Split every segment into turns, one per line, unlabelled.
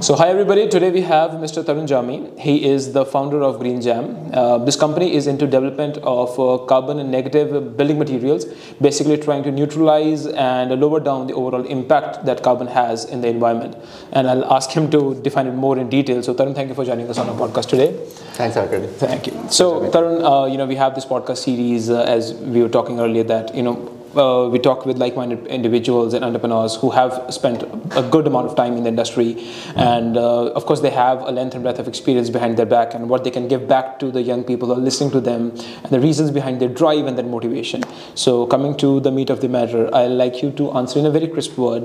So hi everybody. Today we have Mr. Tarun Jami. He is the founder of Green Jam. Uh, this company is into development of uh, carbon and negative building materials, basically trying to neutralize and lower down the overall impact that carbon has in the environment. And I'll ask him to define it more in detail. So Tarun, thank you for joining us on our podcast today.
Thanks, Arkady.
Thank you. So, Tarun, uh, you know, we have this podcast series uh, as we were talking earlier that, you know, uh, we talk with like minded individuals and entrepreneurs who have spent a good amount of time in the industry. And uh, of course, they have a length and breadth of experience behind their back and what they can give back to the young people who are listening to them and the reasons behind their drive and their motivation. So, coming to the meat of the matter, I'd like you to answer in a very crisp word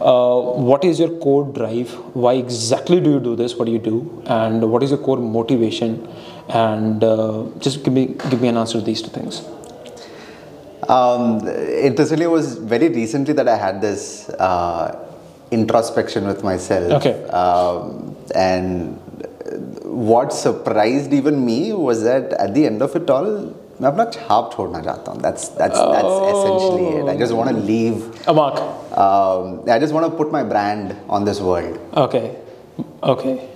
uh, what is your core drive? Why exactly do you do this? What do you do? And what is your core motivation? And uh, just give me, give me an answer to these two things.
Um, interestingly, it was very recently that I had this uh, introspection with myself.
Okay.
Um, and what surprised even me was that at the end of it all, मैं अपना छाप छोड़ना चाहता हूँ that's that's that's essentially it I just want to leave
Amak.
um, I just want to put my brand on this world
Okay. Okay.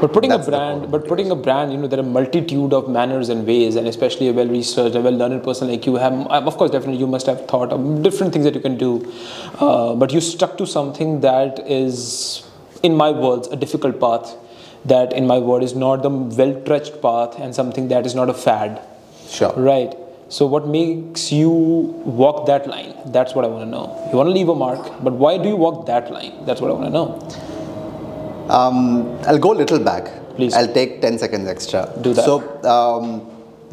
But putting
That's
a
the
brand, but putting a brand, you know, there are multitude of manners and ways, and especially a well-researched, a well-learned person like you have, um, of course, definitely you must have thought of different things that you can do, uh, but you stuck to something that is, in my words, a difficult path, that in my word is not the well-trudged path, and something that is not a fad,
sure
right? So what makes you walk that line? That's what I want to know. You want to leave a mark, but why do you walk that line? That's what I want to know.
Um, I'll go a little back.
Please.
I'll take 10 seconds extra.
Do that.
So, um,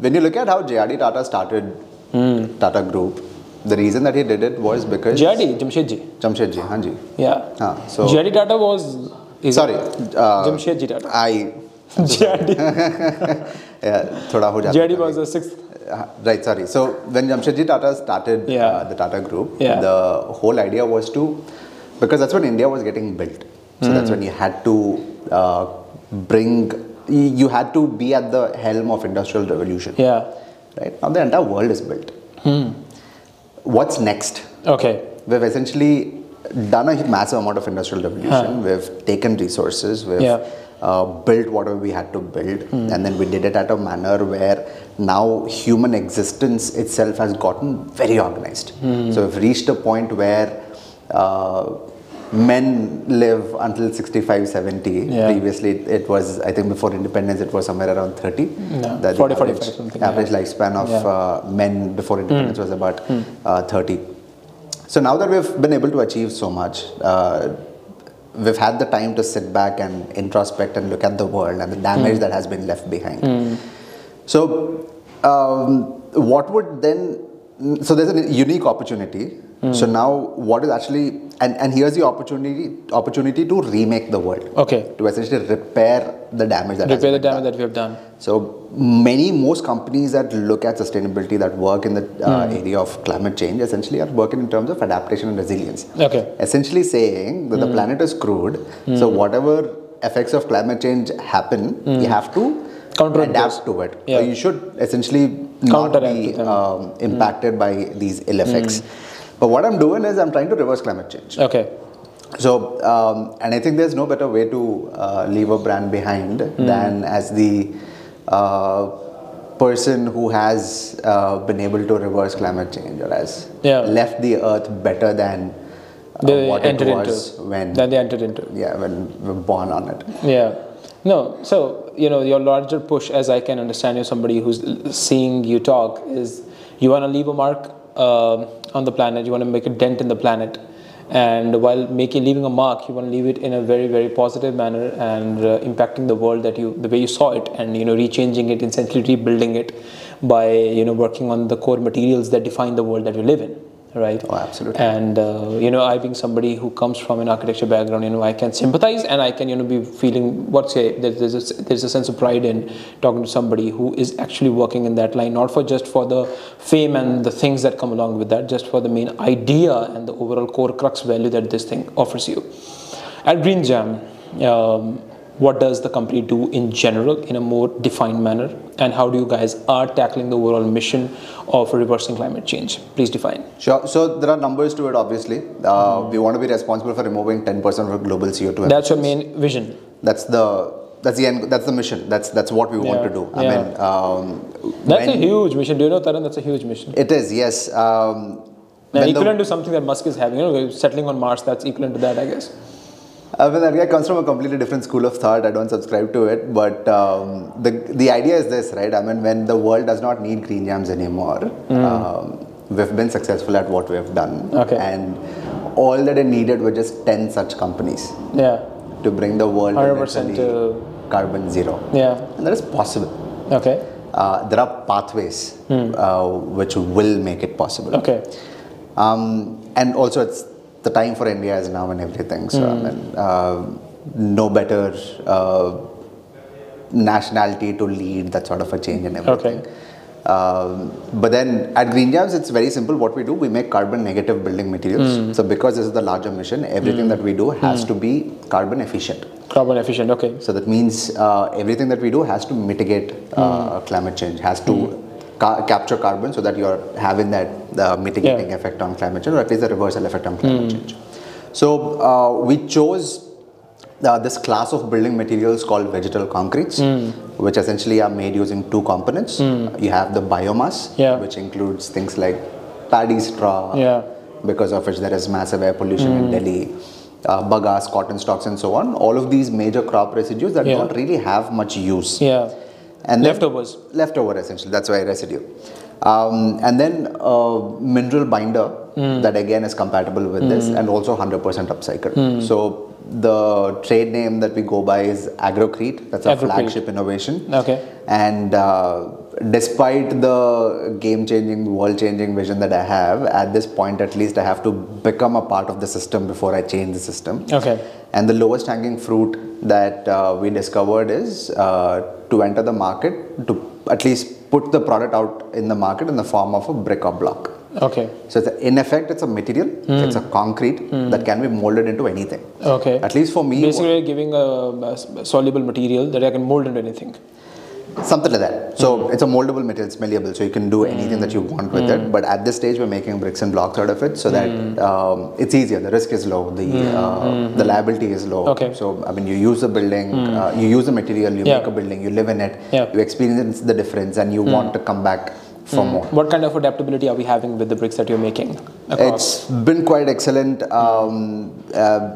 when you look at how JRD Tata started
Hmm.
Tata Group, the reason that he did it was because.
JRD, Jamshedji.
Jamshedji, Hanji.
Yeah.
Ah, so-
JRD Tata was. Is
Sorry. Uh,
Jamshedji Tata.
I.
JRD.
Yeah, thoda ho jata
JRD
hai.
was the sixth.
Uh, Right, sorry. So, when Jamshedji Tata started
Yeah.
uh, the Tata Group,
Yeah.
the whole idea was to. Because that's when India was getting built. So, that's
Hmm.
when you had to uh, bring. You you had to be at the helm of industrial revolution.
Yeah. Hmm.
right now the entire world is built what's next
Okay.
we've essentially done a massive amount of industrial revolution we've taken resources we've
Yeah. Hmm.
uh, built whatever we had to build and then we did it at a manner where now human existence itself has gotten very organized
Hmm.
so we've reached a point where uh, men live until 65 70
Yeah.
previously it, it was i think before independence it was somewhere around 30
Yeah.
That the
40, 45
average, Uh,
something, yeah.
average lifespan of
Yeah. Hmm.
uh, men before independence was about uh, 30. So now that we've been able to achieve so much, uh, we've had the time to sit back and introspect and look at the world and the
Hmm.
damage that has been left behind. So, um, what would then? So there's a unique opportunity.
Hmm.
So now, what is actually and, and here's the opportunity opportunity to remake the world
Okay.
to essentially repair the damage that has
Repair the
been done.
damage that we have done.
So many most companies that look at sustainability that work in the uh,
Hmm.
area of climate change essentially are working in terms of adaptation and resilience.
Okay.
Essentially saying that
Hmm.
the planet is crude, so whatever effects of climate change happen, you have to
Counteract
adapt to it. So
Hmm. Yeah.
you should essentially not
Counteract
be
them. Hmm.
um, impacted by these ill effects. But what I'm doing is I'm trying to reverse climate change.
Okay.
So, um, and I think there's no better way to uh, leave a brand behind
Hmm.
than as the uh, person who has uh, been able to reverse climate change or has
Yeah.
left the earth better than uh,
They
what it
entered
was
into.
when
Then they entered into.
yeah when we were born on it.
Yeah. No, so, you know, your larger push, as I can understand you, somebody who's l- seeing you talk, is you want to leave a mark um on the planet, you want to make a dent in the planet. And while making leaving a mark, you want to leave it in a very, very positive manner and uh, impacting the world that you, the way you saw it, and you know, rechanging it, essentially rebuilding it by you know working on the core materials that define the world that we live in, right?
Oh, absolutely.
and uh, you know i being somebody who comes from an architecture background you know i can sympathize and i can you know be feeling what say there's, there's, a, there's a sense of pride in talking to somebody who is actually working in that line not for just for the fame and the things that come along with that just for the main idea and the overall core crux value that this thing offers you at green jam um, what does the company do in general in a more defined manner and how do you guys are tackling the overall mission of reversing climate change please define
Sure. So there are numbers to it, obviously. Uh,
Hmm.
We want to be responsible for removing 10% of our global CO2.
that's your main vision
that's the that's the end. That's the mission. That's that's what we want
Yeah.
to do. I
Yeah.
mean, um,
that's
when-
a huge mission do you know Tarun that's a huge mission
it is yes. Um,
now,
when the-
equivalent to something that Musk is having, you know, settling on Mars, that's equivalent to that, I guess.
Uh, well, that guy comes from a completely different school of thought. I don't subscribe to it, but um, the the idea is this, right? I mean, when the world does not need green jams anymore, um, we've been successful at what we've done,
Hmm. Okay.
and all that it needed were just ten such companies
Yeah.
to bring the world
100%
eventually
to-
carbon zero,
Yeah.
and that is possible.
Okay.
Uh, there are pathways
Hmm.
uh, which will make it possible.
Okay.
Um, and also, it's the time for India is now and everything. So, I mean, uh, no better uh, nationality to lead that sort of a change and everything. Um, but then at Green Jams, it's very simple. What we do, we make carbon negative building materials. So, because this is the larger mission, everything that we do has to be carbon efficient.
Carbon efficient. Okay.
So that means uh, everything that we do has to mitigate uh, climate change, has to ca- capture carbon so that you're having that uh, mitigating effect on climate change, or at least the reversal effect on climate change. So uh, we chose uh, this class of building materials called vegetal concretes, which essentially are made using two components. You have the biomass,
Yeah.
which includes things like paddy straw,
Yeah.
because of which there is massive air pollution
Hmm.
in Delhi, uh, bagasse, cotton stalks, and so on. All of these major crop residues that
Yeah.
don't really have much use.
Yeah.
And then-
Leftovers.
Leftover, essentially. That's why residue. Um, and then a mineral binder
Hmm.
that again is compatible with this and also 100% upcycled.
Hmm.
So the trade name that we go by is Agrocrete. That's our
Agrocrete.
flagship innovation.
Okay.
And uh, despite the game changing, world changing vision that I have, at this point at least, I have to become a part of the system before I change the system.
Okay.
And the lowest hanging fruit that uh, we discovered is uh, to enter the market, to at least put the product out in the market in the form of a brick or block.
Okay.
So, it's a, in effect, it's a material, it's a concrete that can be molded into anything.
Hmm. Okay.
At least for me,
Basically, giving a, a s- soluble material that I can mold into anything.
Something like that. So
Mm-hmm.
it's a moldable material, it's malleable, so you can do anything that you want with it. But at this stage, we're making bricks and blocks out of it, so that
Mm-hmm.
um, it's easier. The risk is low, the uh, the liability is low.
Okay. Mm-hmm.
So I mean, you use the building, uh, you use the material, you
Yeah.
make a building, you live in it,
Yeah. Mm-hmm.
you experience the difference, and you want to come back for more.
What kind of adaptability are we having with the bricks that you're making? across? Mm-hmm.
It's been quite excellent. Um, uh,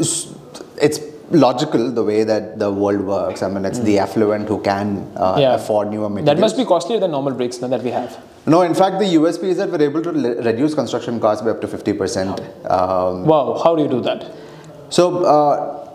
s- it's logical the way that the world works. I mean, it's the affluent who can uh,
Mm-hmm. Yeah.
afford newer materials.
that must be costlier than normal bricks now that we have.
No, in fact, the USP is that we're able to le- reduce construction costs by up to 50%. Um,
Wow. How do you do that?
so, uh,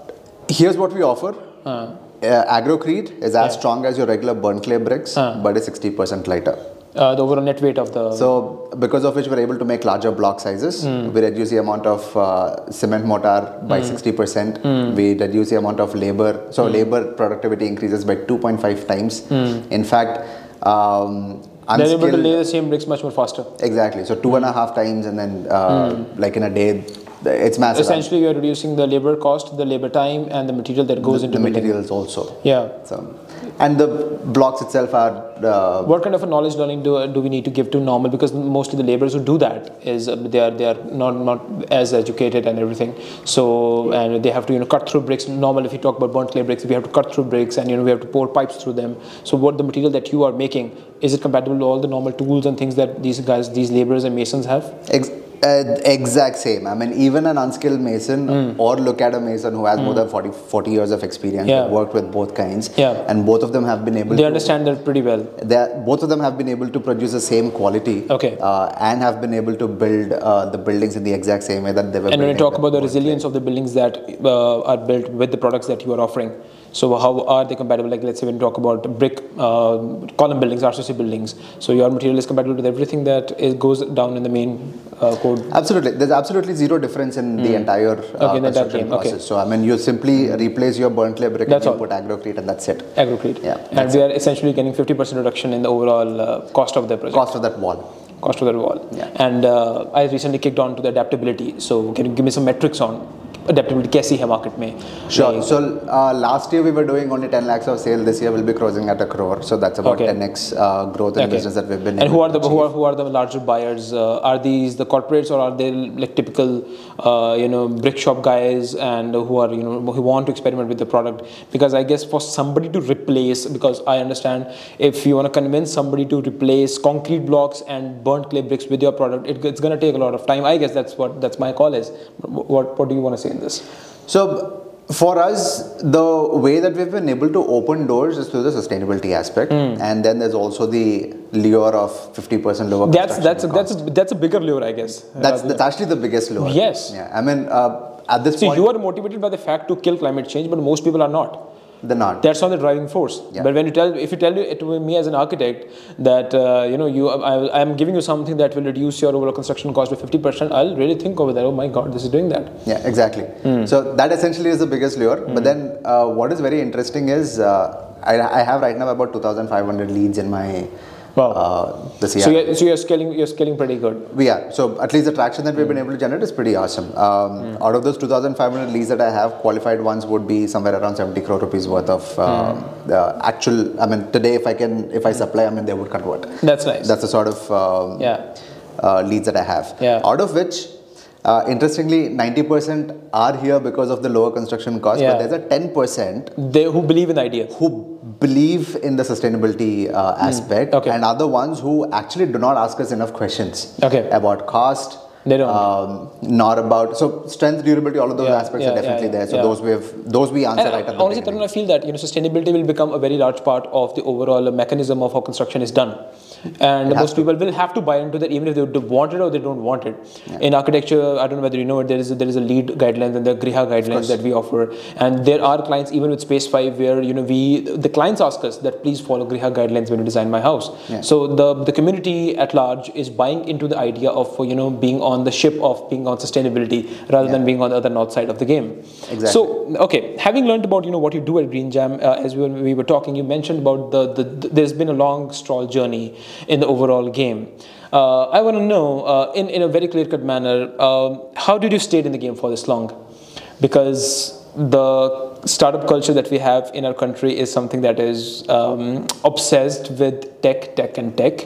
here's what we offer. Uh, Agrocrete is as strong as your regular burn clay bricks, but it's 60% lighter.
Uh, the overall net weight of the.
So, because of which we're able to make larger block sizes,
Hmm.
we reduce the amount of uh, cement mortar by 60%.
Hmm.
We reduce the amount of labor. So, labor productivity increases by 2.5 times. In fact, um,
Hmm. they're able to
unskilled-
lay the same bricks much more faster.
Exactly. So two and a half times, and then uh, like in a day, th- it's massive.
Hmm. Essentially, you are reducing the labor cost, the labor time, and the material that goes
the
into building.
materials also.
Yeah.
So, and the blocks itself are. Uh,
What kind of a knowledge learning do, do we need to give to normal? Because most of the laborers who do that is uh, they are they are not not as educated and everything. So and they have to you know cut through bricks. Normal if you talk about burnt clay bricks, we have to cut through bricks and you know we have to pour pipes through them. So what the material that you are making is it compatible to all the normal tools and things that these guys these laborers and masons have?
ex- uh, exact same. I mean, even an unskilled mason,
Hmm.
or look at a mason who has more than 40, 40 years of experience,
Yeah.
they've worked with both kinds,
Yeah.
and both of them have been able
They
to
understand that pretty well.
they are- both of them have been able to produce the same quality
Okay.
uh, and have been able to build uh, the buildings in the exact same way that they were
And when you
building
talk
them.
about the resilience of the buildings that uh, are built with the products that you are offering, so how are they compatible? Like let's say when you talk about brick uh, column buildings, RCC buildings, so your material is compatible with everything that is, goes down in the main uh, code.
Absolutely. There's absolutely zero difference in the entire uh,
Hmm. Okay, in the entire
construction
game. Okay. Hmm.
process. So, I mean, you simply replace your burnt clay brick
That's
and
all.
you put agrocrete and that's it.
Agrocrete,
Yeah,
and we are essentially getting 50% reduction in the overall uh, cost of the project.
Cost of that wall.
cost of the wall.
Yeah.
And uh, I recently kicked on to the adaptability. So can you give me some metrics on adaptability कैसी है market में
Sure. So uh, last year we were doing only 10 lakhs of sale. This year we'll be crossing at a crore. So that's about
Okay.
10x uh, growth in business that we've been.
and who
able
are
to
the who are, who are the larger buyers uh, are these the corporates or are they like typical uh, you know brick shop guys and who are you know who want to experiment with the product because i guess for somebody to replace because i understand if you want to convince somebody to replace concrete blocks and burnt clay bricks with your product it, it's going to take a lot of time i guess that's what that's my call is what what do you want to say in this
So for us, the way that we've been able to open doors is through the sustainability aspect,
Hmm.
and then there's also the lure of 50% lower.
that's
construction
that's
cost.
that's that's a bigger lure i guess
that's that's actually the biggest lure.
Yes.
Yeah. I mean, uh, at this
so
point,
you are motivated by the fact to kill climate change but most people are not
the not.
that's not the driving force
Yeah.
but when you tell if you tell it to me as an architect that uh, you know you I, I am giving you something that will reduce your overall construction cost by 50% i'll really think over that oh my god this is doing that
Yeah, exactly.
Hmm.
So that essentially is the biggest lure. But then, uh, what is very interesting is uh, I, I have right now about 2,500 leads in my
Wow.
uh, this year.
so you're, so you're scaling you're scaling pretty good
We are. So at least the traction that we've been
Hmm.
able to generate is pretty awesome. Um, Out of those 2,500 leads that I have, qualified ones would be somewhere around 70 crore rupees worth of
Hmm.
um, the actual. I mean, today if I can, if I supply, I mean they would convert.
that's nice
That's the sort of um,
yeah
uh, leads that I have.
Yeah.
Out of which, uh, interestingly, 90% are here because of the lower construction cost,
Yeah.
but there's a 10%
they who believe in the idea
who believe in the sustainability uh, aspect
Hmm. Okay.
and are the ones who actually do not ask us enough questions
Okay.
about cost
They don't.
um, not about so strength durability all of those
Yeah,
aspects
yeah,
are
yeah,
definitely
yeah,
there so
yeah.
those we have those we answer
And uh,
right at the
honestly,
beginning
Tarun, I feel that you know sustainability will become a very large part of the overall mechanism of how construction is done, and most people will have to buy into that, even if they do want it or they don't want it. In architecture, I don't know whether you know it, there is a, there is a lead guidelines and the Griha guidelines that we offer, and there are clients even with Space Five where you know we the clients ask us that please follow Griha guidelines when you design my house. So the the community at large is buying into the idea of you know being on the ship of being on sustainability rather than being on the other north side of the game.
Exactly.
So okay having learned about you know what you do at green jam uh, as we, we were talking you mentioned about the, the, the- there's been a long straw journey in the overall game uh, i want to know uh, in, in a very clear cut manner um, how did you stay in the game for this long because the startup culture that we have in our country is something that is um, obsessed with tech tech and tech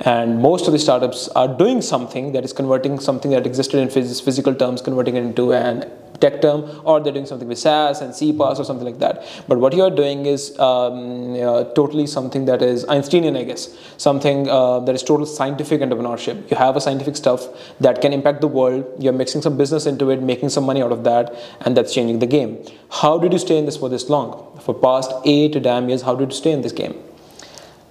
and most of the startups are doing something that is converting something that existed in phys- physical terms, converting it into an tech term, or they're doing something with SaaS and CPaaS or something like that. But what you're doing is um, uh, totally something that is Einsteinian, I guess, something uh, that is total scientific entrepreneurship. You have a scientific stuff that can impact the world. You're mixing some business into it, making some money out of that, and that's changing the game. How did you stay in this for this long? For past eight to damn years, how did you stay in this game?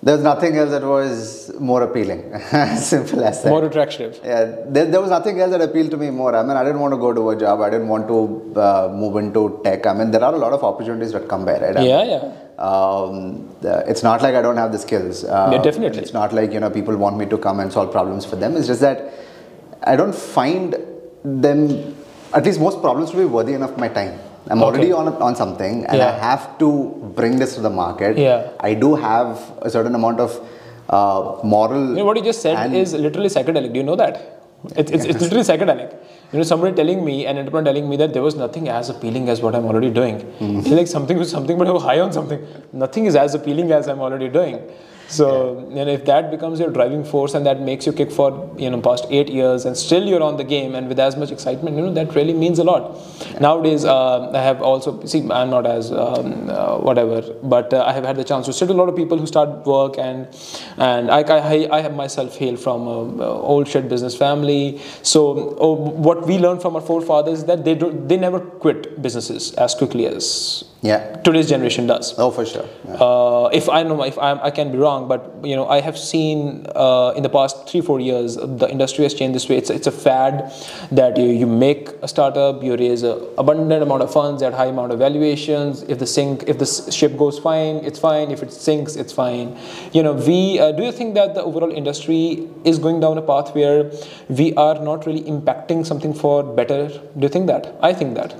there's nothing else that was more appealing simple as that
More attractive.
Yeah, there, there was nothing else that appealed to me more. I mean, I didn't want to go to a job. I didn't want to uh, move into tech. I mean, there are a lot of opportunities that come by, right? I
Yeah,
mean,
yeah.
Um, the- it's not like I don't have the skills. Uh,
Yeah, definitely.
It's not like you know people want me to come and solve problems for them. It's just that I don't find them, at least most problems, to be worthy enough of my time. I'm already on on something, and I
Yeah.
have to bring this to the market.
Yeah.
I do have a certain amount of uh, moral.
You know, what you just said
and-
is literally psychedelic. Do you know that? It's, it's, it's literally psychedelic. You know, somebody telling me, an entrepreneur telling me that there was nothing as appealing as what I'm already doing. It's like something was something, but I'm high on something. Nothing is as appealing as I'm already doing. So, you know, if that becomes your driving force and that makes you kick for, you know, past eight years and still you're on the game and with as much excitement, you know, that really means a lot. Nowadays, uh, I have also, see, I'm not as, um, uh, whatever, but uh, I have had the chance to sit with a lot of people who start work and, and I, I, I have myself hail from a, a old shed business family. So oh, what we learned from our forefathers is that they, do, they never quit businesses as quickly as
yeah.
today's generation does.
Oh, for sure. Yeah.
Uh, if I know, if I'm, I can be wrong, but you know, I have seen uh, in the past three, four years, the industry has changed this way. It's, it's a fad that you, you make a startup, you raise a abundant amount of funds at high amount of valuations. If the sink, if the s- ship goes fine, it's fine. If it sinks, it's fine. You know, we uh, do you think that the overall industry is going down a path where we are not really impacting something for better? Do you think that? I think that.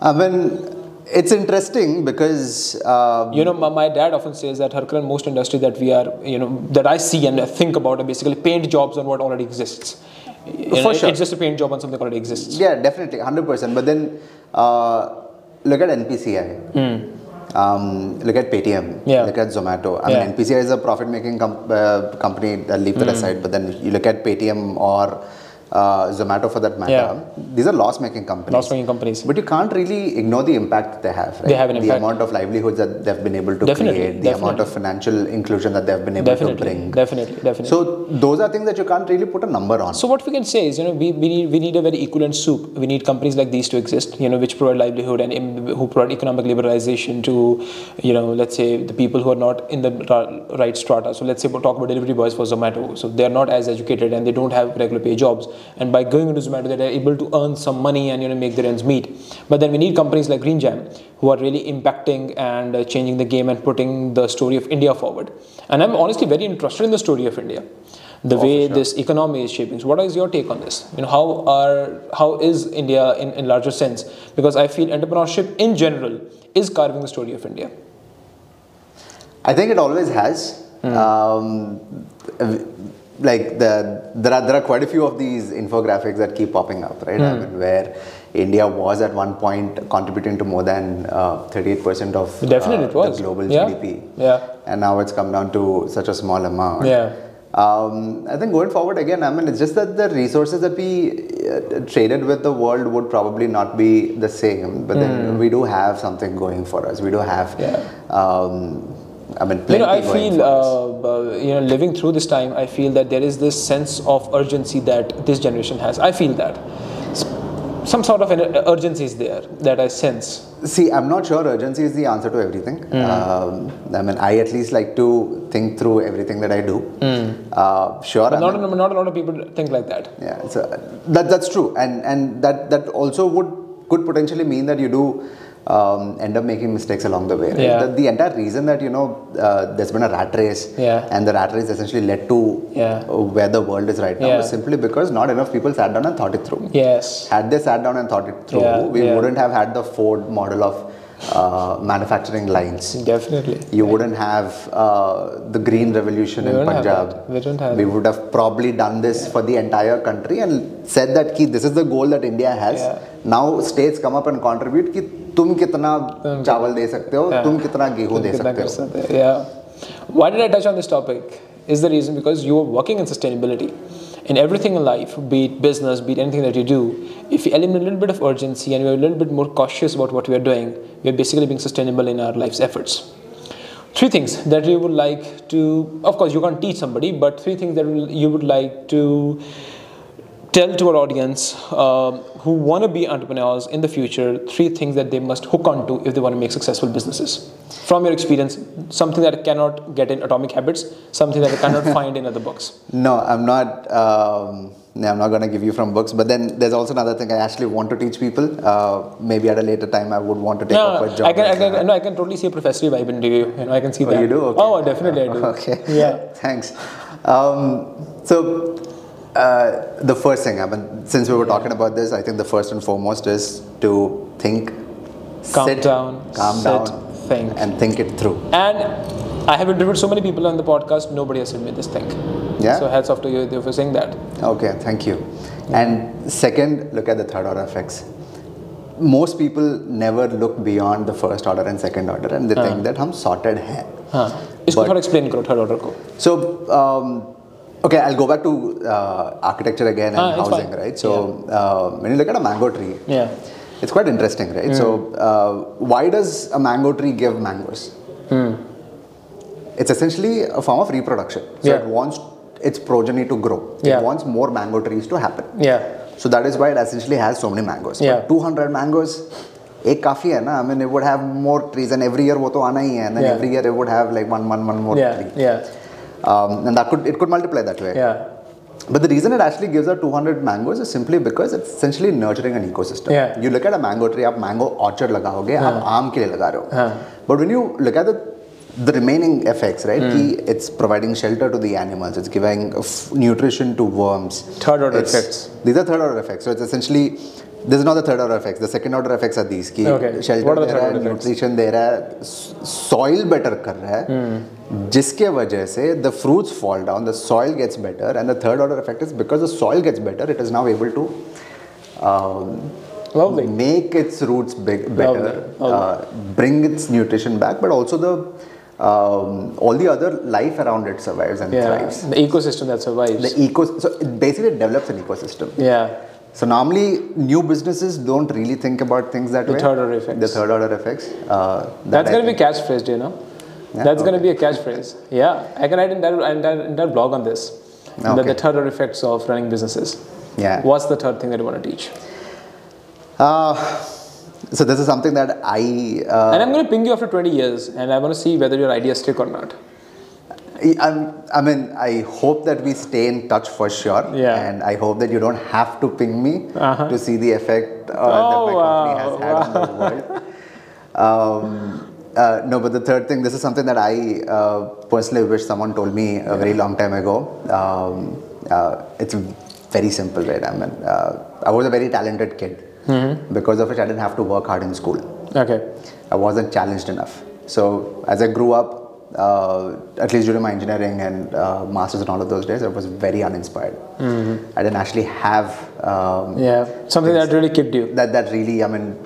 I mean, Uh, it's interesting because uh,
You know, my, my dad often says that Harkar and most industry that we are, you know, that I see and think about are basically paint jobs on what already exists. You know,
For
it-
sure.
It's just a paint job on something that already exists.
Yeah, definitely, hundred percent. But then uh, look at NPCI. Um, look at Paytm.
Hmm. Yeah.
Look at Zomato. I
Yeah. Hmm.
mean, NPCI is a profit-making com- uh, company. Uh, leave that aside. But then you look at Paytm or uh, Zomato for that matter.
Yeah.
These are loss-making companies.
Loss-making companies.
But you can't really ignore the impact that they have. Right?
They have an
the
impact.
amount of livelihoods that they've been able to
Definitely,
create, the amount
definitely.
of financial inclusion that they've been able to
Definitely,
bring.
definitely, definitely.
So those are things that you can't really put a number on.
So what we can say is, you know, we, we need we need a very equivalent soup. We need companies like these to exist, you know, which provide livelihood and im- who provide economic liberalization to, you know, let's say the people who are not in the ra- right strata. So let's say we talk about delivery boys for Zomato. So they are not as educated and they don't have regular pay jobs. And by going into Zomato, they are able to earn some money and you know make their ends meet. But then we need companies like Green Jam who are really impacting and uh, changing the game and putting the story of India forward. And I'm honestly very interested in the story of India the
Oh,
way this economy is shaping. So, what is your take on this? You know, how are how is India in, in larger sense? Because I feel entrepreneurship in general is carving the story of India.
I think it always has.
Hmm.
Um, th- like the there are there are quite a few of these infographics that keep popping up, right?
Hmm.
I mean, where India was at one point contributing to more than uh, thirty-eight percent of uh,
Definitely, it was.
the global
Yeah.
GDP.
Yeah.
and now it's come down to such a small amount.
Yeah.
Um, I think going forward again, I mean, it's just that the resources that we uh, traded with the world would probably not be the same, but
Hmm.
then we do have something going for us. We do have, um, I mean, plenty
you know, I
going
feel
for us.
uh, uh, you know living through this time. I feel that there is this sense of urgency that this generation has. I feel that S- some sort of an uh, urgency is there that I sense.
See, I'm not sure urgency is the answer to everything.
Hmm.
Um, I mean, I at least like to think through everything that I do.
Hmm.
Uh, sure, I
Not, a- not a lot of people think like that.
yeah so that that's true and and that that also would could potentially mean that you do um, end up making mistakes along the way right?
Yeah.
the, the entire reason that you know uh, there's been a rat race
Yeah.
and the rat race essentially led to
Yeah.
uh, where the world is right now
Yeah.
is simply because not enough people sat down and thought it through
Yes.
had they sat down and thought it through
Yeah,
we
yeah.
wouldn't have had the ford model of uh, manufacturing lines
Definitely.
you wouldn't have uh, the green revolution in
wouldn't have
Punjab.
that. We don't have
We would have probably done this for the entire country and said that ki, this is the goal that India has.
Yeah.
Now states come up and contribute ki तुम कितना चावल दे सकते हो, तुम कितना गेहूं दे
कितना
सकते
कर
हो.
सकते हैं, Yeah. Why did I touch on this topic? Is the reason because you are working in sustainability. In everything in life, be it business, be it anything that you do, if we eliminate a little bit of urgency and we are a little bit more cautious about what we are doing, we are basically being sustainable in our life's efforts. Three things that you would like to, of course, you can't teach somebody, but three things that will- you would like to tell to our audience um, who want to be entrepreneurs in the future three things that they must hook onto if they want to make successful businesses from your experience something that I cannot get in atomic habits something that i cannot find in other books
No, I'm not. Um, no, I'm not going to give you from books. But then there's also another thing I actually want to teach people. Uh, maybe at a later time I would want to take
no,
up a job.
I, can, I,
as a-
can, no, I can totally see a professorial vibe into you, you know, i can see
Oh,
that
you do? Okay.
oh definitely i do
Okay.
yeah
Thanks. Um, so, uh, the first thing, I mean, since we were talking about this, I think the first and foremost is to think,
calm
sit,
down
calm
sit,
down,
think
and think it through.
and i have interviewed so many people on the podcast nobody has said me this thing
Yeah?
so hats off to you for saying that
Okay, thank you. And second, look at the third order effects. Most people never look beyond the first order and second order, and they
Uh-huh.
think that I'm sorted hai.
हाँ इसको
But-
थोड़ा explain करो third order को
So, um, okay, I'll go back to uh, architecture again and
Ah, it's
housing,
fine.
right? So, uh, when you look at a mango tree,
yeah Hmm.
it's quite interesting, right? So, uh, why does a mango tree give mangoes?
Hmm.
It's essentially a form of reproduction. So,
Yeah.
it wants its progeny to grow,
Yeah.
it wants more mango trees to happen.
yeah
So, that is why it essentially has so many mangoes.
Yeah.
But 200 mangoes. एक काफी है ना I mean it would have more trees and every year वो तो आना ही है and
Yeah.
Every year it would have like one one one more
yeah,
tree
yeah,
um, and that could it could multiply that way.
yeah,
But the reason it actually gives out 200 mangoes is simply because it's essentially nurturing an ecosystem.
Yeah.
You look at a mango tree, आप mango orchard लगाओगे, आप आम के लिए लगा रहे हो. But when you look at the the remaining effects, right?
Hmm.
ki It's providing shelter to the animals. It's giving f- nutrition to worms.
Third order
It's-
effects.
These are third order effects. So it's essentially this is not the third order effects. The second order effects are these. Ki
Okay.
Shelter
What are the
they
third
रहा है,
order effects?
nutrition दे रहा है, s- soil better कर रहा है,
Hmm.
जिसके वजह से the fruits fall down, the soil gets better, and the third order effect is because the soil gets better, it is now able to. um,
Lovely.
make its roots big, better,
Lovely.
Uh, bring its nutrition back, but also the um, all the other life around it survives and
Yeah.
thrives.
The ecosystem that survives.
The eco so it basically develops an ecosystem.
yeah.
So normally new businesses don't really think about things that
The
way.
third order effects.
The third order effects. Uh, that
That's
I
going to
think-
be a catchphrase, do you know?
Yeah,
That's going to be a catchphrase. Yeah. I can write an entire, entire, entire blog on this. The, the
Okay.
third order effects of running businesses.
Yeah.
What's the third thing that you want to teach?
Uh, so this is something that I uh,
and I'm going to ping you after 20 years and I want to see whether your ideas stick or not.
I- I'm, I mean, I hope that we stay in touch for sure.
Yeah.
And I hope that you don't have to ping me
Uh-huh.
to see the effect uh, that my
Oh,
company has
wow,
had on the world. Um, uh, no, but the third thing, this is something that I uh, personally wish someone told me a very long time ago. Um, uh, it's very simple, right? I mean, uh, I was a very talented kid.
Mm-hmm.
Because of which I didn't have to work hard in school.
Okay.
I wasn't challenged enough. So as I grew up, uh, at least during my engineering and uh, masters and all of those days, I was very uninspired. I didn't actually have um,
Yeah. Something that really kicked you.
that that really I mean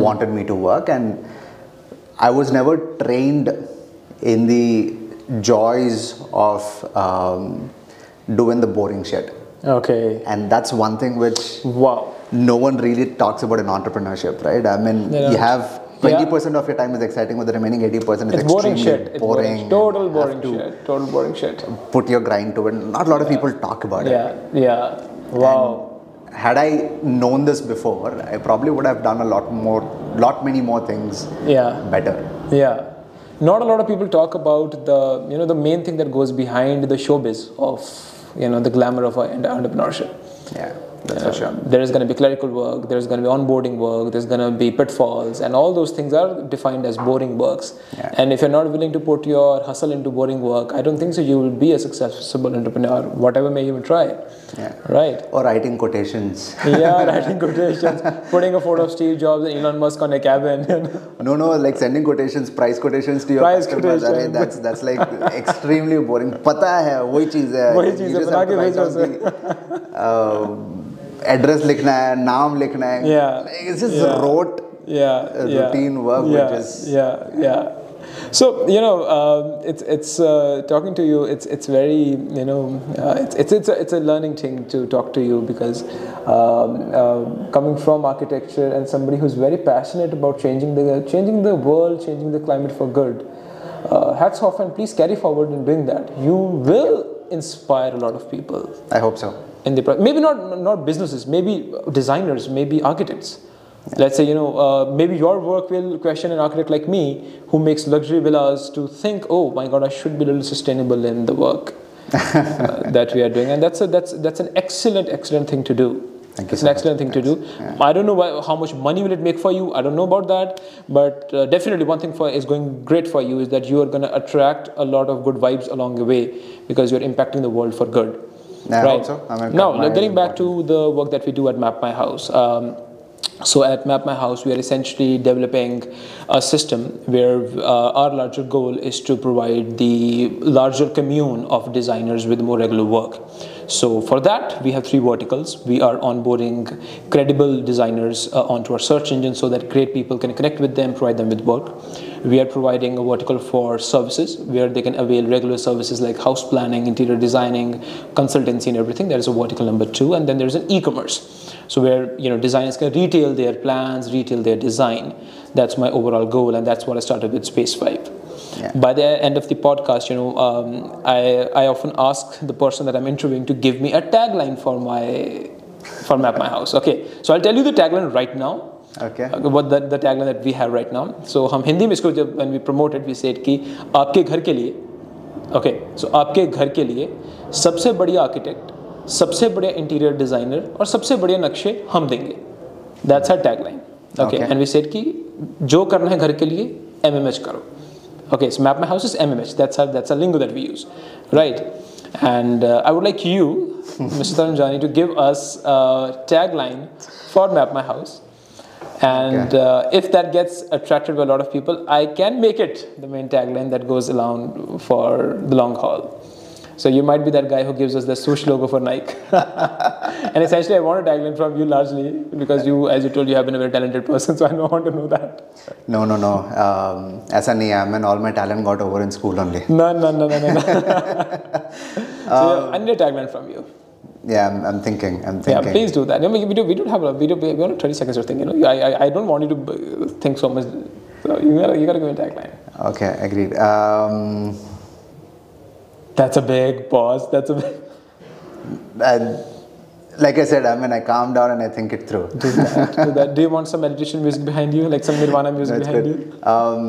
wanted me to work, and I was never trained in the joys of um, doing the boring shit,
Okay.
and that's one thing which
Wow.
no one really talks about in entrepreneurship, right? I mean,
They don't.
you have 20% of your time is exciting, but the remaining 80% is
It's boring
extremely
shit. It's boring.
boring.
Total
You have
boring
to
shit. Total boring shit.
Put your grind to it. Not a lot of people talk about it.
Yeah. Yeah. Wow.
Had I known this before, I probably would have done a lot more, lot many more things
yeah.
better.
Yeah. Not a lot of people talk about the you know the main thing that goes behind the showbiz of you know the glamour of uh, entrepreneurship.
Yeah, that's for sure.
There is going to be clerical work, there is going to be onboarding work, there's going to be pitfalls, and all those things are defined as boring works.
Yeah.
And if you're not willing to put your hustle into boring work, I don't think so. You will be a successful entrepreneur, whatever may you try.
Yeah.
Right.
Or writing quotations.
Yeah, writing quotations, putting a photo of Steve Jobs and Elon Musk on a cabin.
No, no, like sending quotations, price quotations to your
Price
customers. I
quotation.
mean, that's that's like extremely boring. पता है वही चीज है
वही
You
चीज़ है,
just
बना
have to
के
write
भेजो
down the, uh, address लिखना है नाम लिखना है
Yeah.
Like, it's just
Yeah.
rote
yeah,
uh,
yeah,
routine work,
yeah,
which is-
yeah, yeah. So you know, um, it's it's uh, talking to you. It's it's very you know, uh, it's it's it's a, it's a learning thing to talk to you because um, uh, coming from architecture and somebody who's very passionate about changing the changing the world, changing the climate for good. Uh, hats off and please carry forward in doing that. You will inspire a lot of people
I hope so.
in the pro- maybe not not businesses maybe designers maybe architects let's say you know uh, maybe your work will question an architect like me who makes luxury villas to think oh my god i should be a little sustainable in the work uh, that we are doing and that's a that's that's an excellent excellent thing to do
Thank you
it's
so
an
much.
excellent thing to do i don't know why, how much money will it make for you i don't know about that but uh, definitely one thing for is going great for you is that you are going to attract a lot of good vibes along the way because you're impacting the world for good
Yeah, I
right.
hope so. I'm gonna
now,
cut my-
getting back to the work that we do at Map My House. Um, so at Map My House, we are essentially developing a system where uh, our larger goal is to provide the larger commune of designers with more regular work. So for that, we have three verticals. We are onboarding credible designers uh, onto our search engine so that great people can connect with them, provide them with work. We are providing a vertical for services where they can avail regular services like house planning, interior designing, consultancy, and everything. There is a vertical number two, and then there's an e-commerce, so where you know designers can retail their plans, retail their design. That's my overall goal, and that's what I started with Space Vibe.
Yeah.
By the end of the podcast, you know, um, I I often ask the person that I'm interviewing to give me a tagline for my for Map My House. Okay, so I'll tell you the tagline right now.
Okay.
Uh, what the, the tagline that we have right now so हम हिंदी में इसको जब when we promoted we said कि आपके घर के लिए okay so आपके घर के लिए सबसे बढ़िया आर्किटेक्ट सबसे बढ़िया इंटीरियर डिजाइनर और सबसे बढ़िया नक्शे हम देंगे that's our tagline okay
Okay.
And we said कि जो करना है घर के लिए एमएमएच करो Okay, so map my house is MMH. That's our that's a lingo that we use, right? And uh, I would like you, Mr. Taranjani, to give us a tagline for map my house. And
Okay.
uh, if that gets attracted by a lot of people, I can make it the main tagline that goes along for the long haul. So you might be that guy who gives us the swoosh logo for Nike. and essentially, I want a tagline from you largely because you, as you told, you have been a very talented person. So I want to know that.
No, no, no. Um, as an AM, and all my talent got over in school only.
No, no, no, no, no. no. so
Um,
yeah, I need a tagline from you.
Yeah, I'm, I'm thinking. I'm
Yeah,
thinking.
please do that. I mean, we, do, we don't have a we do We have only 30 seconds to think. You know, I, I, I don't want you to uh, think so much. So you gotta, you gotta give me a tagline.
Okay, agreed. Um,
That's a big pause. That's a big.
I- like I said, I mean, I calm down and I think it through.
Do that. Do that. Do you want some meditation music behind you, like some Nirvana music
That's
behind you?
good. Um,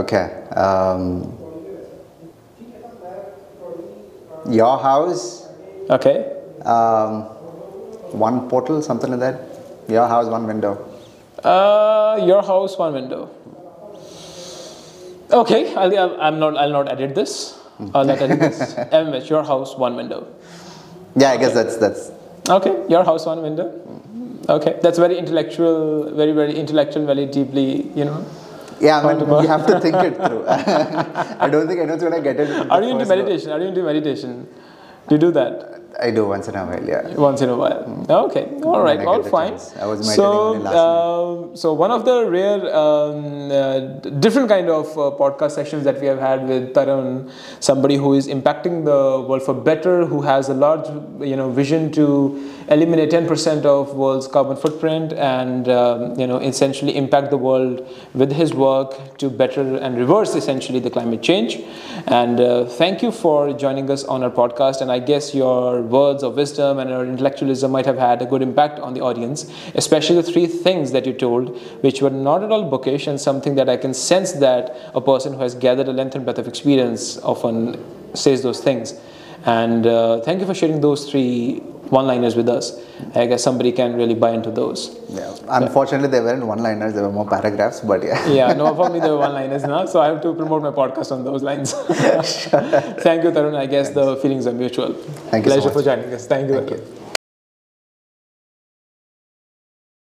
okay. Um, your house,
Okay.
um, one portal, something like that. Your house, one window.
Uh, your house, one window. Okay, I'll, I'll- I'm not. I'll not edit this. I'll not edit this. MH, your house, one window.
Yeah, I guess that's that's
Okay, your house one window. Okay, that's very intellectual, very very intellectual, very deeply. You know,
Yeah, I mean,
Comfortable.
you have to think it through. I don't think anyone's gonna get it. the
are you into
first go.
meditation? Are you into meditation? Do you do that
I do once in a while. Yeah.
once in a while? Okay, all
When
right,
I get
all
the
fine.
chance. I was meditating
so,
only last night.
um, so one of the rare, um, uh, d- different kind of uh, podcast sessions that we have had with Tarun, somebody who is impacting the world for better, who has a large, you know, vision to eliminate 10% of world's carbon footprint and um, you know essentially impact the world with his work to better and reverse essentially the climate change and uh, thank you for joining us on our podcast and i guess your words of wisdom and your intellectualism might have had a good impact on the audience especially the three things that you told which were not at all bookish and something that i can sense that a person who has gathered a length and breadth of experience often says those things and uh, thank you for sharing those three one liners with us. I guess somebody can really buy into those.
Yeah. Unfortunately, they weren't one-liners. They were more paragraphs. But yeah.
Yeah, no, for me, there were one liners now, so I have to promote my podcast on those lines. Thank you, Tarun. I guess the feelings are mutual.
Thank you so
Pleasure
much.
for joining us. Thank you.
Thank you.